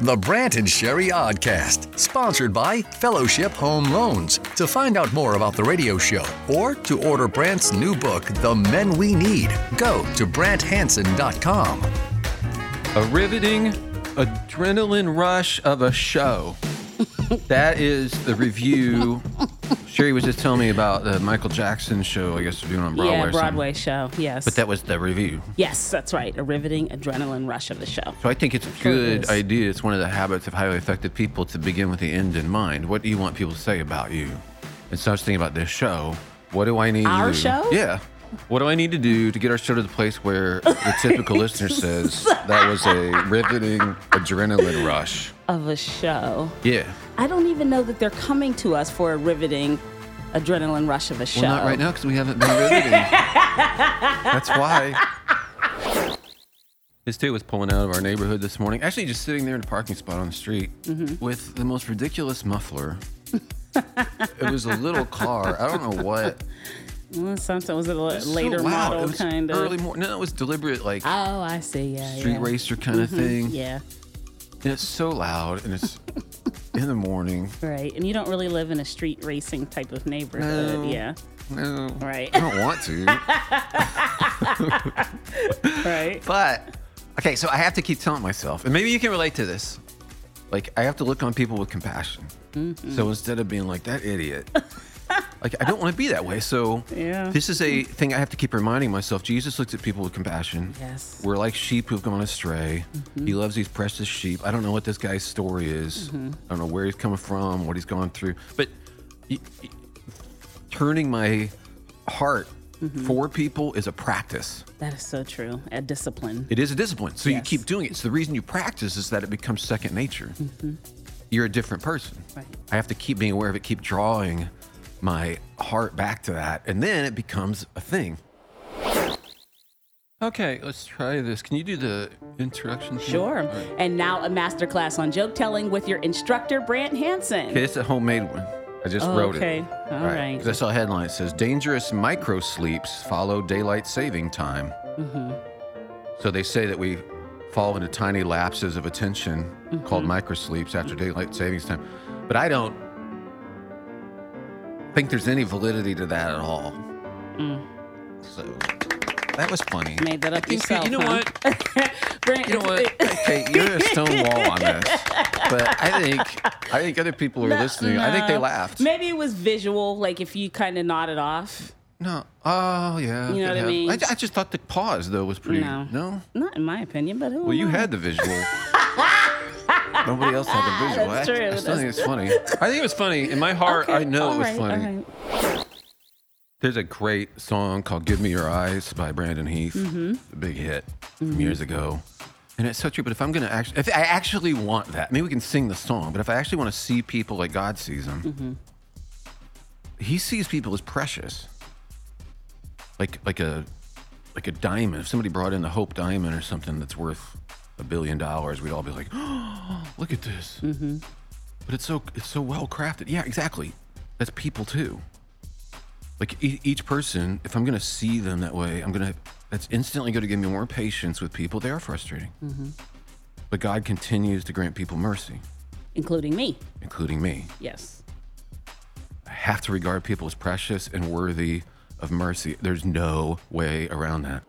The Brant and Sherry Oddcast, sponsored by Fellowship Home Loans. To find out more about the radio show or to order Brant's new book, The Men We Need, go to BrantHanson.com. A riveting adrenaline rush of a show. that is the review. Sherry was just telling me about the Michael Jackson show, I guess they're doing on Broadway. or yeah, something. Broadway show. Yes. But that was the review. yes, that's right. A riveting adrenaline rush of the show. So I think it's a Sure it good is. idea. It's one of the habits of highly effective people to begin with the end in mind. What do you want people to say about you? And so I was thinking about this show. What do I need? Our to- show? Yeah. What do I need to do to get our show to the place where the typical listener says that was a riveting adrenaline rush? Of a show. Yeah. I don't even know that they're coming to us for a riveting adrenaline rush of a show. Well, not right now because we haven't been riveting. That's why. This dude was pulling out of our neighborhood this morning, actually just sitting there in a parking spot on the street Mm-hmm. with the most ridiculous muffler. it was a little car. I don't know what. Well, something was it a It was so later loud. It model was kind of. Early morning. No, it was deliberate, like oh, I see. Yeah. street yeah. racer kind of thing. Yeah. And it's so loud and it's in the morning. Right. And you don't really live in a street racing type of neighborhood. No. Yeah. No. Right. I don't want to. Right. But okay, so I have to keep telling myself, and maybe you can relate to this. Like I have to look on people with compassion. Mm-hmm. So instead of being like that idiot, like I don't want to be that way. So Yeah. this is a thing I have to keep reminding myself. Jesus looks at people with compassion. Yes. Mm-hmm. We're like sheep who've gone astray. He loves these precious sheep. I don't know what this guy's story is. Mm-hmm. I don't know where he's coming from, what he's gone through. But y- y- turning my heart Mm-hmm. for people is a practice. That is so true. A discipline. It is a discipline. So Yes. you keep doing it. So the reason you practice is that it becomes second nature. You're a different person. Mm-hmm. Right. I have to keep being aware of it, keep drawing my heart back to that. And then it becomes a thing. Okay, let's try this. Can you do the introduction? thing? Sure. All right. And now a masterclass on joke telling with your instructor, Brant Hansen. Okay, it's a homemade one. I just Oh, wrote okay. it. All right. 'Cause I saw a headline. It says dangerous micro sleeps follow daylight saving time. Mm-hmm. So they say that we fall into tiny lapses of attention called Mm-hmm. micro sleeps after daylight savings time. But I don't think there's any validity to that at all. Mm. So that was funny. Made that up I think yourself, You know huh? what? Brant, You know what? Okay, you're a stone wall on this. But I think I think other people who are listening, I think they no. laughed. Maybe it was visual, like if you kind of nodded off. No. Oh yeah. You could know what I have. mean? I, ju- I just thought the pause though was pretty. No. Not in my opinion, but who Well, you am I? had the visual. Nobody else had the visual. That's I, true. I still think it's funny. I think it was funny. In my heart, I Okay, know it all was right, funny. all right. There's a great song called "Give Me Your Eyes" by Brandon Heath. A big hit from years ago. And it's so true. But if I'm gonna actually, if I actually want that, maybe we can sing the song. But if I actually want to see people like God sees them, He sees people as precious, like like a like a diamond. If somebody brought in the Hope Diamond or something that's worth a billion dollars, we'd all be like, oh, "Look at this!" But it's so it's so well crafted. Yeah, exactly. That's people too like e- each person if i'm gonna see them that way i'm gonna that's instantly gonna give me more patience with people they are frustrating but god continues to grant people mercy Including me. including me Yes. i have to regard people as precious and worthy of mercy there's no way around that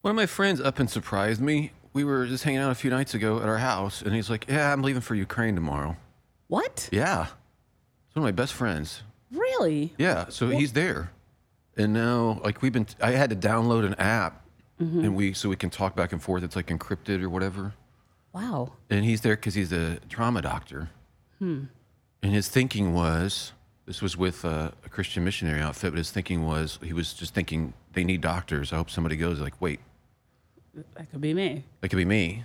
one of my friends up and surprised me we were just hanging out a few nights ago at our house and he's like yeah i'm leaving for ukraine tomorrow What? yeah it's one of my best friends Really? Yeah, so he's there, and now like we've been. I had to download an app, and we so we can talk back and forth. It's like encrypted or whatever. Wow. And he's there because he's a trauma doctor. And his thinking was this was with a, a Christian missionary outfit, but his thinking was he was just thinking they need doctors. I hope somebody goes. Like wait, That could be me. that could be me.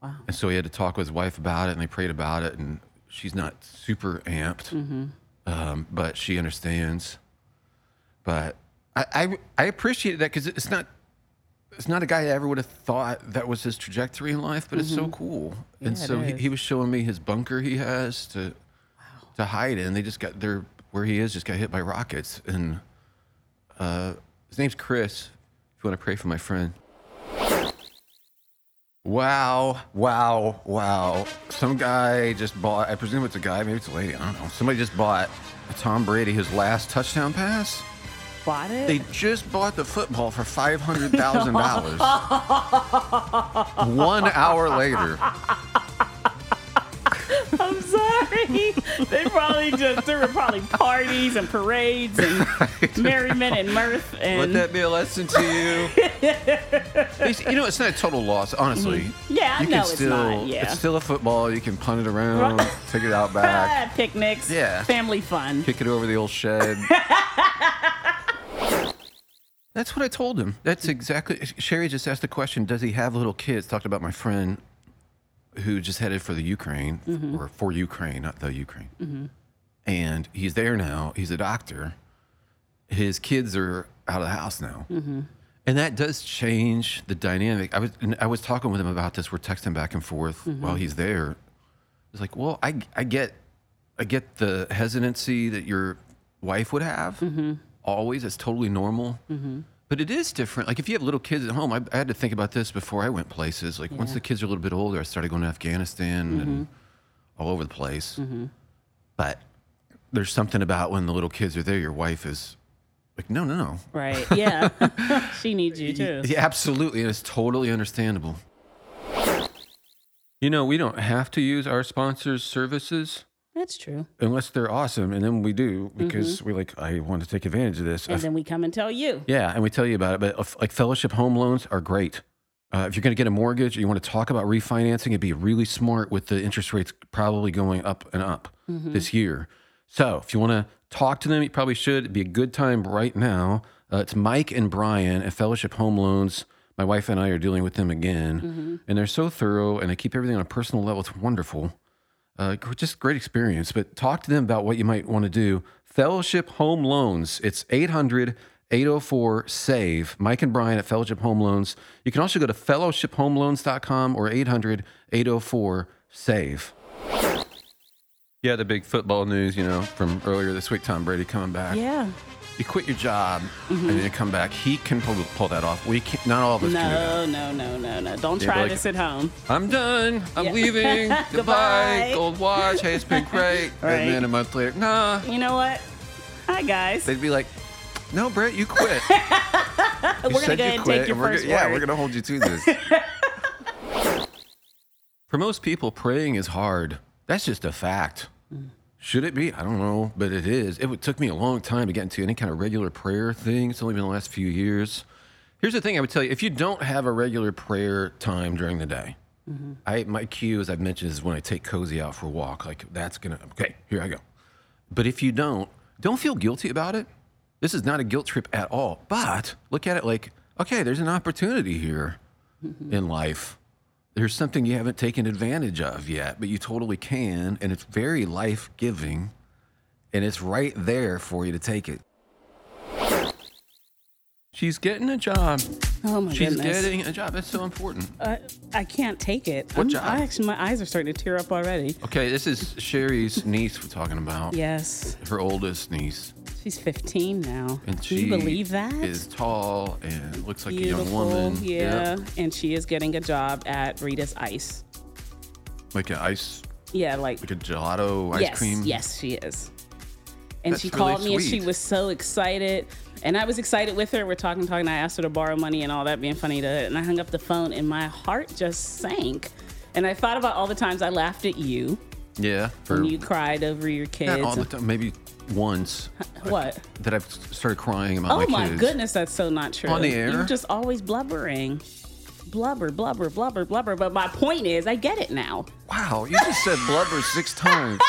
Wow. And so he had to talk with his wife about it, and they prayed about it, and she's not super amped, Mm-hmm. um, but she understands. But I I, I appreciate that because it's not it's not a guy I ever would have thought that was his trajectory in life, but it's so cool. and so Mm-hmm. Yeah, it he, is. he was showing me his bunker he has to to hide in. They just got their where he is just got hit by rockets, and uh, his name's Chris. If you want to pray for my friend. Wow, wow, wow. Some guy just bought, I presume it's a guy, maybe it's a lady, I don't know. Somebody just bought Tom Brady his last touchdown pass. Bought it? They just bought the football for $500,000. One hour later. I'm sorry. they probably just there were probably parties and parades and merriment and mirth Let and that be a lesson to you. It's- you know, it's not a total loss, honestly. Yeah, Mm-hmm. I you know can it's still, not, yeah. It's still a football. You can punt it around, take it out back, Ah, picnics. Yeah. Family fun. kick it over the old shed. That's what I told him. That's exactly. Sherry just asked the question Does he have little kids? Talked about my friend who just headed for the Ukraine, or for Ukraine, not the Ukraine. And he's there now. He's a doctor. His kids are out of the house now. And that does change the dynamic. I was and I was talking with him about this. We're texting back and forth while he's there. It's like, well, I I get I get the hesitancy that your wife would have. Always, it's totally normal. But it is different. Like if you have little kids at home, I, I had to think about this before I went places. Like once the kids are a little bit older, I started going to Afghanistan and all over the place. But there's something about when the little kids are there, your wife is like, no, no, no, Right. Yeah. she needs you too. yeah, absolutely. And it's totally understandable. You know, we don't have to use our sponsors' services That's true. unless they're awesome. And then we do because we're like, I want to take advantage of this. I And f- then we come and tell you. yeah. And we tell you about it. But if- like fellowship home loans are great. Uh, if you're going to get a mortgage, you want to talk about refinancing, it'd be really smart with the interest rates probably going up and up this year. So if you want to talk to them, you probably should. It'd be a good time right now. Uh, it's Mike and Brian at Fellowship Home Loans. My wife and I are dealing with them again, and they're so thorough and they keep everything on a personal level. It's wonderful. Uh, gr- just great experience, but talk to them about what you might want to do. Fellowship Home Loans. It's 800 804 SAVE. E. Mike and Brian at Fellowship Home Loans. You can also go to fellowshiphomeloans.com or 800 804 SAVE. E. Yeah, the big football news, you know, from earlier this week, Tom Brady coming back. Yeah. Mm-hmm. You quit your job and then you come back. He can pull, pull that off. We can't, not all of us can do that. No, no, no, no, no. Don't Yeah, try like- this at home. I'm done. I'm Yeah. leaving. Goodbye. Goodbye. Gold watch. Hey, it's been great. Right. And then a month later, nah. You know what? Hi guys. They'd be like, no, Brett, you quit. We're gonna go ahead and take your first Yeah, word. we're going to hold you to this. For most people, praying is hard. That's just a fact. Mm. Should it be? I don't know, but it is. It would- took me a long time to get into any kind of regular prayer thing. It's only been the last few years. Here's the thing I would tell you if you don't have a regular prayer time during the day, Mm-hmm. I my cue, as I've mentioned, is when I take Cozy out for a walk. Like, that's going to, okay, here I go. But if you don't, don't feel guilty about it. This is not a guilt trip at all. But look at it like, okay, there's an opportunity here in life. There's something you haven't taken advantage of yet, but you totally can. And it's very life giving. And it's right there for you to take it. She's getting a job. oh my She's goodness. getting a job. That's so important. I, I can't take it. What I'm- job? I actually, my eyes are starting to tear up already. Okay, this is Sherry's niece we're talking about. Yes, Her oldest niece. she's 15 now. And Can she you believe that? is tall and looks like a young Beautiful. woman. Yeah. and she is getting a job at Rita's Ice. Like an ice, Yeah, like like a gelato ice yes, cream. yes, she is. And That's she really called me and she sweet. was so excited. And I was excited with her. We're talking, talking. I asked her to borrow money and all that, being funny to it. And I hung up the phone and my heart just sank. And I thought about all the times I laughed at you Yeah. For when you cried over your not kids. all the time, maybe once What? that I've s- started crying about Oh my my kids. goodness, that's so not true. On the air? You're just always blubbering. Blubber, blubber, blubber, blubber. But my point is, I get it now. Wow, you just said blubber six times.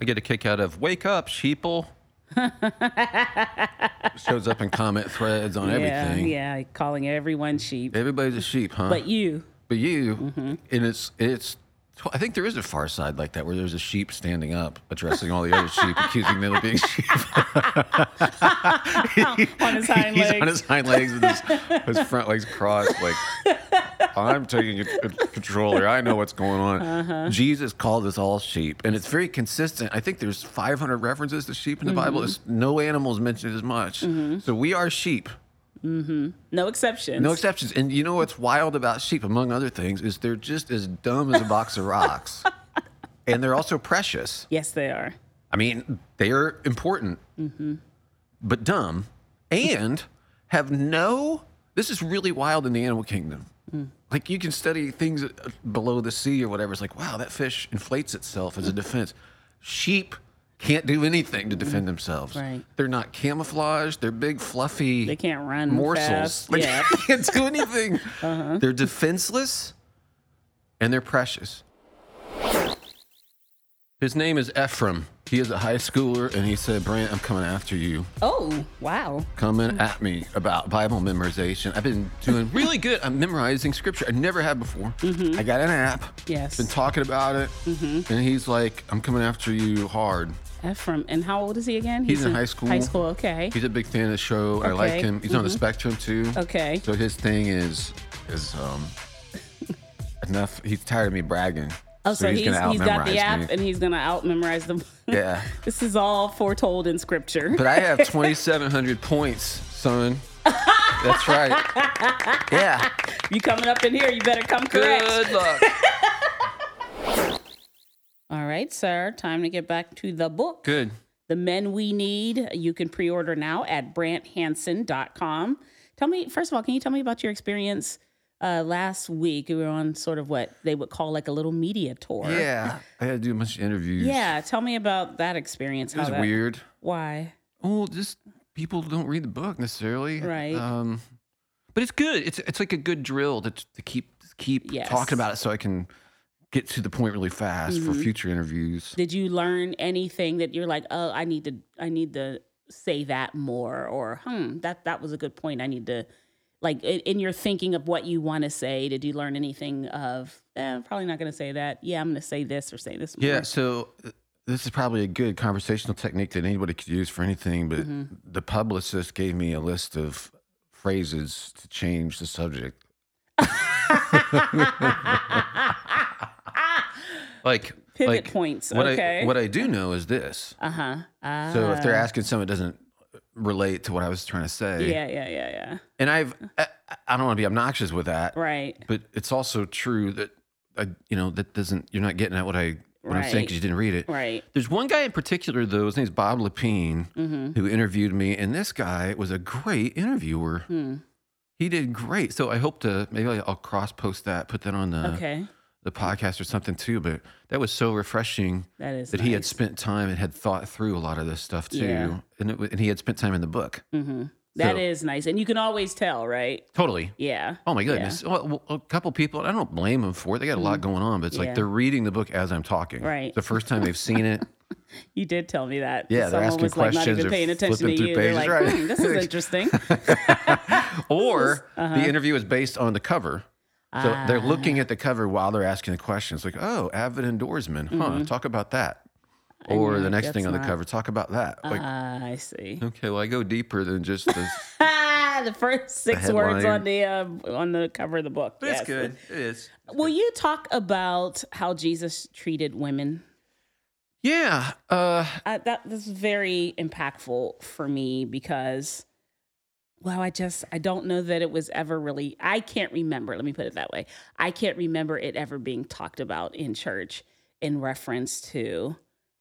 I get a kick out of wake up, sheeple. Shows up in comment threads on everything. Yeah, yeah, calling everyone sheep. Everybody's a sheep, huh? But you, Mm-hmm. But you, and it's it's. I think there is a far side like that where there's a sheep standing up, addressing all the other sheep, accusing them of being sheep. on his hind He's legs. on his hind legs with his, his front legs crossed, like I'm taking a, a controller. I know what's going on. Jesus called us all sheep, and it's very consistent. I think there's 500 references to sheep in the Bible. It's, no animals mentioned as much. So we are sheep. No exceptions. No exceptions. And you know what's wild about sheep, among other things, is they're just as dumb as a box of rocks. and they're also precious. yes, they are. I mean, they're important, but dumb, and have no. This is really wild in the animal kingdom. Like you can study things uh, below the sea or whatever. It's like, wow, that fish inflates itself as a defense. Sheep can't do anything to defend themselves. Right. They're not camouflaged. They're big, fluffy. They can't run morsels. fast. Like, Yeah. Uh-huh. they can't do anything. They're defenseless, and they're precious. His name is Ephraim. He is a high schooler, and he said, Brant, I'm coming after you. Oh, wow. Coming at me about Bible memorization. I've been doing really good. I'm memorizing scripture. I never had before. Mm-hmm. I got an app. Yes. Been talking about it. Mm-hmm. And he's like, I'm coming after you hard. Ephraim. And how old is he again? He's in high school. High school, okay. He's a big fan of the show. I like Okay. Mm-hmm. him. He's on the spectrum too. Okay. So his thing is is um enough. He's tired of me bragging. Oh, so, he's, gonna he's got outmemorize the app me. and he's going to out memorize them. Yeah. this is all foretold in scripture. But I have 2,700 points, son. That's right. Yeah. you coming up in here, you better come correct. Good luck. All right, sir. Time to get back to the book. Good. The Men We Need. You can pre order now at branthanson.com. Tell me, first of all, can you tell me about your experience uh, last week? We were on sort of what they would call like a little media tour. Yeah. I had to do a bunch of interviews. Yeah. Tell me about that experience. It was that, weird. Why? Oh, just people don't read the book necessarily. Right. Um, but it's good. It's it's like a good drill to to keep keep Yes. talking about it so I can get to the point really fast for Mm-hmm. future interviews. Did you learn anything that you're like, oh, I need to, I need to say that more, or hmm, that that was a good point. I need to, like, in, in your thinking of what you want to say, did you learn anything of? Eh, I'm probably not going to say that. Yeah, I'm going to say this or say this. More. Yeah, so uh, this is probably a good conversational technique that anybody could use for anything, but Mm-hmm. the publicist gave me a list of phrases to change the subject. like Pivot like points, What okay. I, what I do know is this. Uh-huh. Uh So if they're asking something that doesn't relate to what I was trying to say, Yeah, yeah, yeah, yeah. and I've I, I don't want to be obnoxious with that, Right. but it's also true that I, you know that doesn't you're not getting at what I what I'm saying Right. because you didn't read it. Right. There's one guy in particular though. His name's Bob Lapine, Mm-hmm. who interviewed me, and this guy was a great interviewer. Hmm. He did great. So I hope to maybe I'll cross post that, put that on the Okay. the podcast or something too. But that was so refreshing That is that he had nice. spent time and had thought through a lot of this stuff too, Yeah. and it, wa- and he had spent time in the book. Mm-hmm. That so- is nice. And you can always tell, right? Totally. Yeah. Mm-hmm. Oh my goodness! Well, well, a couple people, and I don't blame them for it. They got a lot going on, but it's Yeah. like they're reading the book as I'm talking. Right. The first time they've seen it. You did tell me that. Yeah, they're Someone asking was like not questions even or paying attention to flipping through you. They're like, pages, right. hmm, this is interesting. or Uh-huh. the interview is based on the cover. So Ah. they're looking at the cover while they're asking the questions, like, "Oh, avid endorsement, huh? Talk about that." Or Mm-hmm. know, the next thing that's on the not- cover, talk about that. Like, hmm. Ah, I see. okay, well, I go deeper than just this. Ah, the first six words headline. on the um, on the cover of the book. But it's Yes. good. It is. Will you talk about how Jesus treated women? Yeah. Uh, uh, that that's very impactful for me because well i just i don't know that it was ever really i can't remember let me put it that way i can't remember it ever being talked about in church in reference to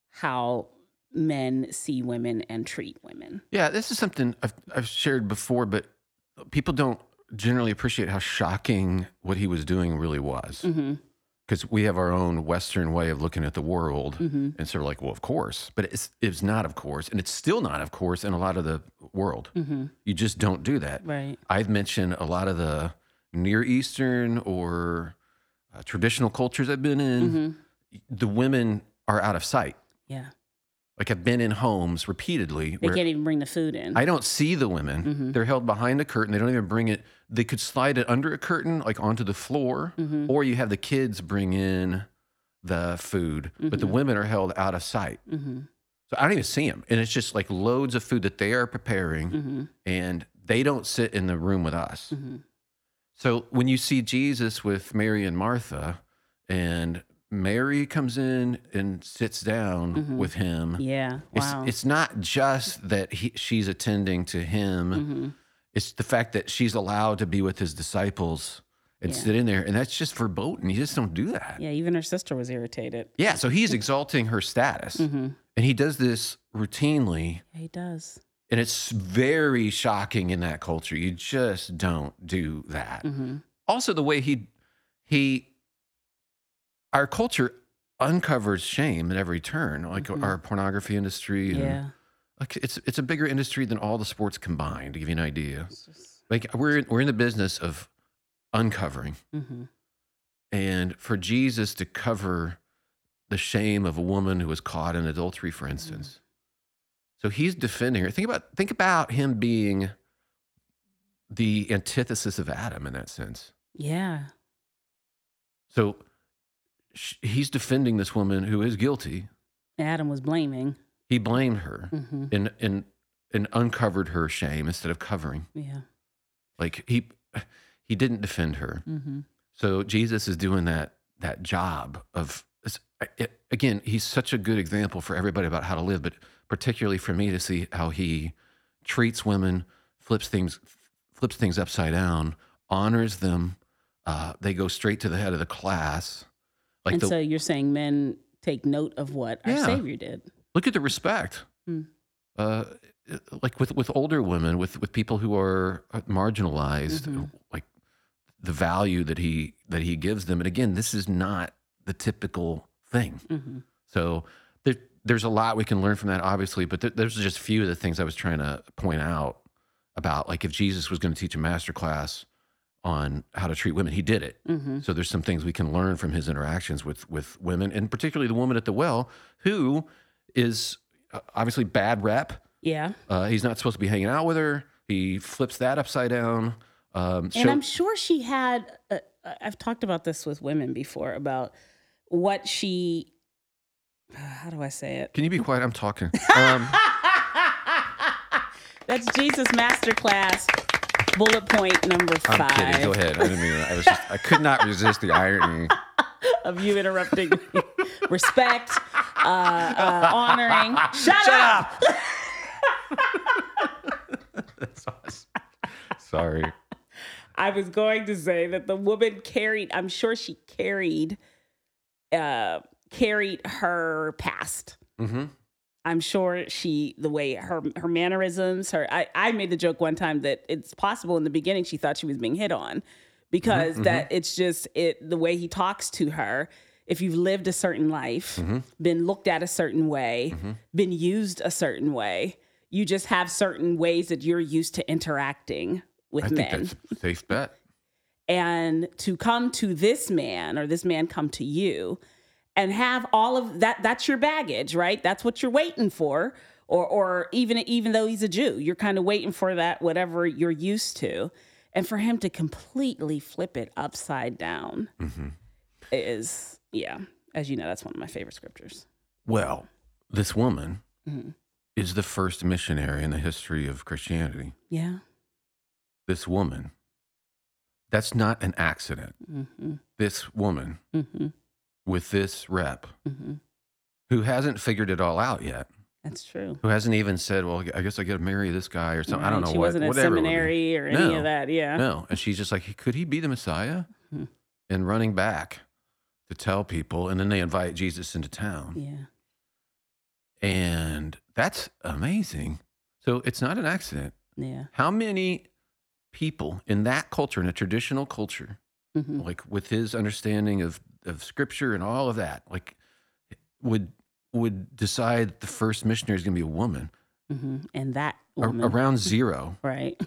how men see women and treat women yeah. This is something I've, I've shared before, but people don't generally appreciate how shocking what he was doing really was. mm-hmm. because we have our own Western way of looking at the world, Mm. mm-hmm, and sort of like, well, of course, but it's it's not of course, and it's still not of course in a lot of the world. mm-hmm. You just don't do that. right I've mentioned a lot of the Near Eastern or uh, traditional cultures I've been in. Mm-hmm. The women are out of sight. yeah Like I've been in homes repeatedly they where can't even bring the food in I don't see the women. They're held behind the curtain. They don't even bring it. They could slide it under a curtain, like onto the floor, Mm-hmm, or you have the kids bring in the food, but the women are held out of sight. mm-hmm, So I don't even see them. And it's just like loads of food that they are preparing, Mm-hmm. and they don't sit in the room with us. Mm-hmm. So when you see Jesus with Mary and Martha, and Mary comes in and sits down with him. yeah It's, wow Mm-hmm. it's not just that he, she's attending to him. It's the fact that she's allowed to be with his disciples and Yeah. sit in there, and that's just verboten. You just don't do that. Yeah, even her sister was irritated. Yeah, so he's exalting her status, Mm-hmm. and he does this routinely, Yeah, he does. and it's very shocking in that culture. You just don't do that. hmm Also, the way he he our culture uncovers shame at every turn, like Mhm. our pornography industry. And, Yeah. like, it's it's a bigger industry than all the sports combined. To give you an idea, It's just, like we're in, we're in the business of uncovering. hmm And for Jesus to cover the shame of a woman who was caught in adultery, for instance. So he's defending her. Think about think about him being the antithesis of Adam in that sense. Yeah. So sh- he's defending this woman who is guilty. Adam was blaming. He blamed her hmm and and and uncovered her shame instead of covering. Yeah. Like he he didn't defend her. hmm So Jesus is doing that that job of it's- it- again, he's such a good example for everybody about how to live, but particularly for me to see how he treats women, flips things flips things upside down, honors them. Uh, they go straight to the head of the class. Like and the, so you're saying men take note of what our Yeah. Savior did. look at the respect. Hmm. Uh, like with with older women, with with people who are uh, marginalized, Mhm. like the value that he that he gives them. And again, this is not the typical thing. hmm So there, there's a lot we can learn from that, obviously. But there, there's just a few of the things I was trying to point out about, like if Jesus was going to teach a master class on how to treat women, he did it. hmm So there's some things we can learn from his interactions with with women, and particularly the woman at the well, who is uh, obviously bad rep. Yeah. Uh, he's not supposed to be hanging out with her. He flips that upside down. Um, And show- I'm sure she had. Uh, I've talked about this with women before about what she. Uh, how do I say it? can you be quiet? I'm talking. Um, That's Jesus Masterclass, bullet point number I'm 5 kidding. Go ahead. I didn't mean that. I was just. I could not resist the irony. of you interrupting me. respect, uh, uh, honoring. Shut, up! Sorry. I was going to say that the woman carried. I'm sure she carried, uh, carried her past. Mm-hmm. I'm sure she the way her her mannerisms, her I, I made the joke one time that it's possible in the beginning she thought she was being hit on because Mm-hmm, that it's just it the way he talks to her. If you've lived a certain life, Mm-hmm. been looked at a certain way, been used a certain way, you just have certain ways that you're used to interacting with I men think that's a safe bet. and to come to this man or this man come to you and have all of that that's your baggage right that's what you're waiting for or or even even though he's a jew you're kind of waiting for that whatever you're used to and for him to completely flip it upside down Mm-hmm. is yeah as you know that's one of my favorite scriptures Well, this woman Mhm. is the first missionary in the history of Christianity. yeah This woman. That's not an accident. mm-hmm. This woman Mm-hmm. with this rep Mm-hmm. who hasn't figured it all out yet, that's true who hasn't even said, "Well, I guess I got to marry this guy" or something. I don't Right, know she what. wasn't at whatever it would be. seminary or any No. of that yeah No, and she's just like, could he be the Messiah? Hmm. And running back to tell people, and then they invite Jesus into town. yeah And that's amazing. So it's not an accident. yeah How many people in that culture, in a traditional culture, mm-hmm. like with his understanding of, of scripture and all of that, like would would decide the first missionary is going to be a woman, Mm-hmm. and that A- woman, around zero. right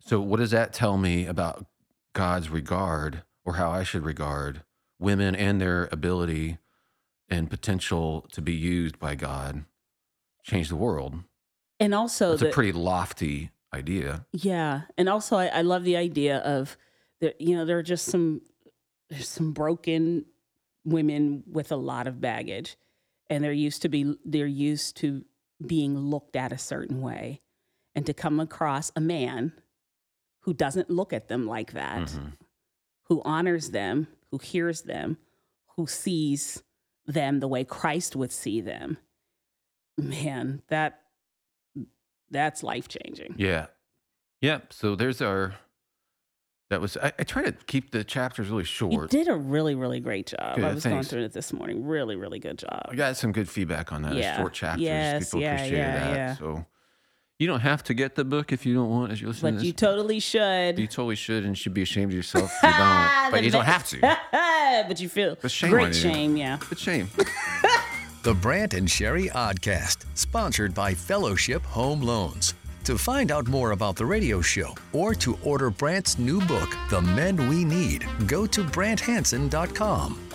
So what does that tell me about God's regard or how I should regard women and their ability and potential to be used by God change the world? And also, It's the, a pretty lofty idea. yeah, and also, I, I love the idea of that. You know, there are just some there's some broken women with a lot of baggage, and they're used to be they're used to being looked at a certain way, and to come across a man who doesn't look at them like that, Mhm. who honors them, who hears them, who sees them the way Christ would see them. Man, that that's life changing. Yeah. Yep. So there's our. That was I, I try to keep the chapters really You short. did a really, really great job. Yeah, I was going thanks. through it this morning. Really, really good I job. got some good feedback on that. Yeah. Short chapters. Yes, People yeah, appreciate yeah, that. yeah. So you don't have to get the book if you don't want as you listen to But this. you totally should. you totally should and should be ashamed of yourself if you don't. but The you don't next- have to. but you feel But shame on great you. shame, yeah. It's a shame. The Brant and Sherry Oddcast, sponsored by Fellowship Home Loans. To find out more about the radio show or to order Brant's new book, The Men We Need, go to BrantHanson.com.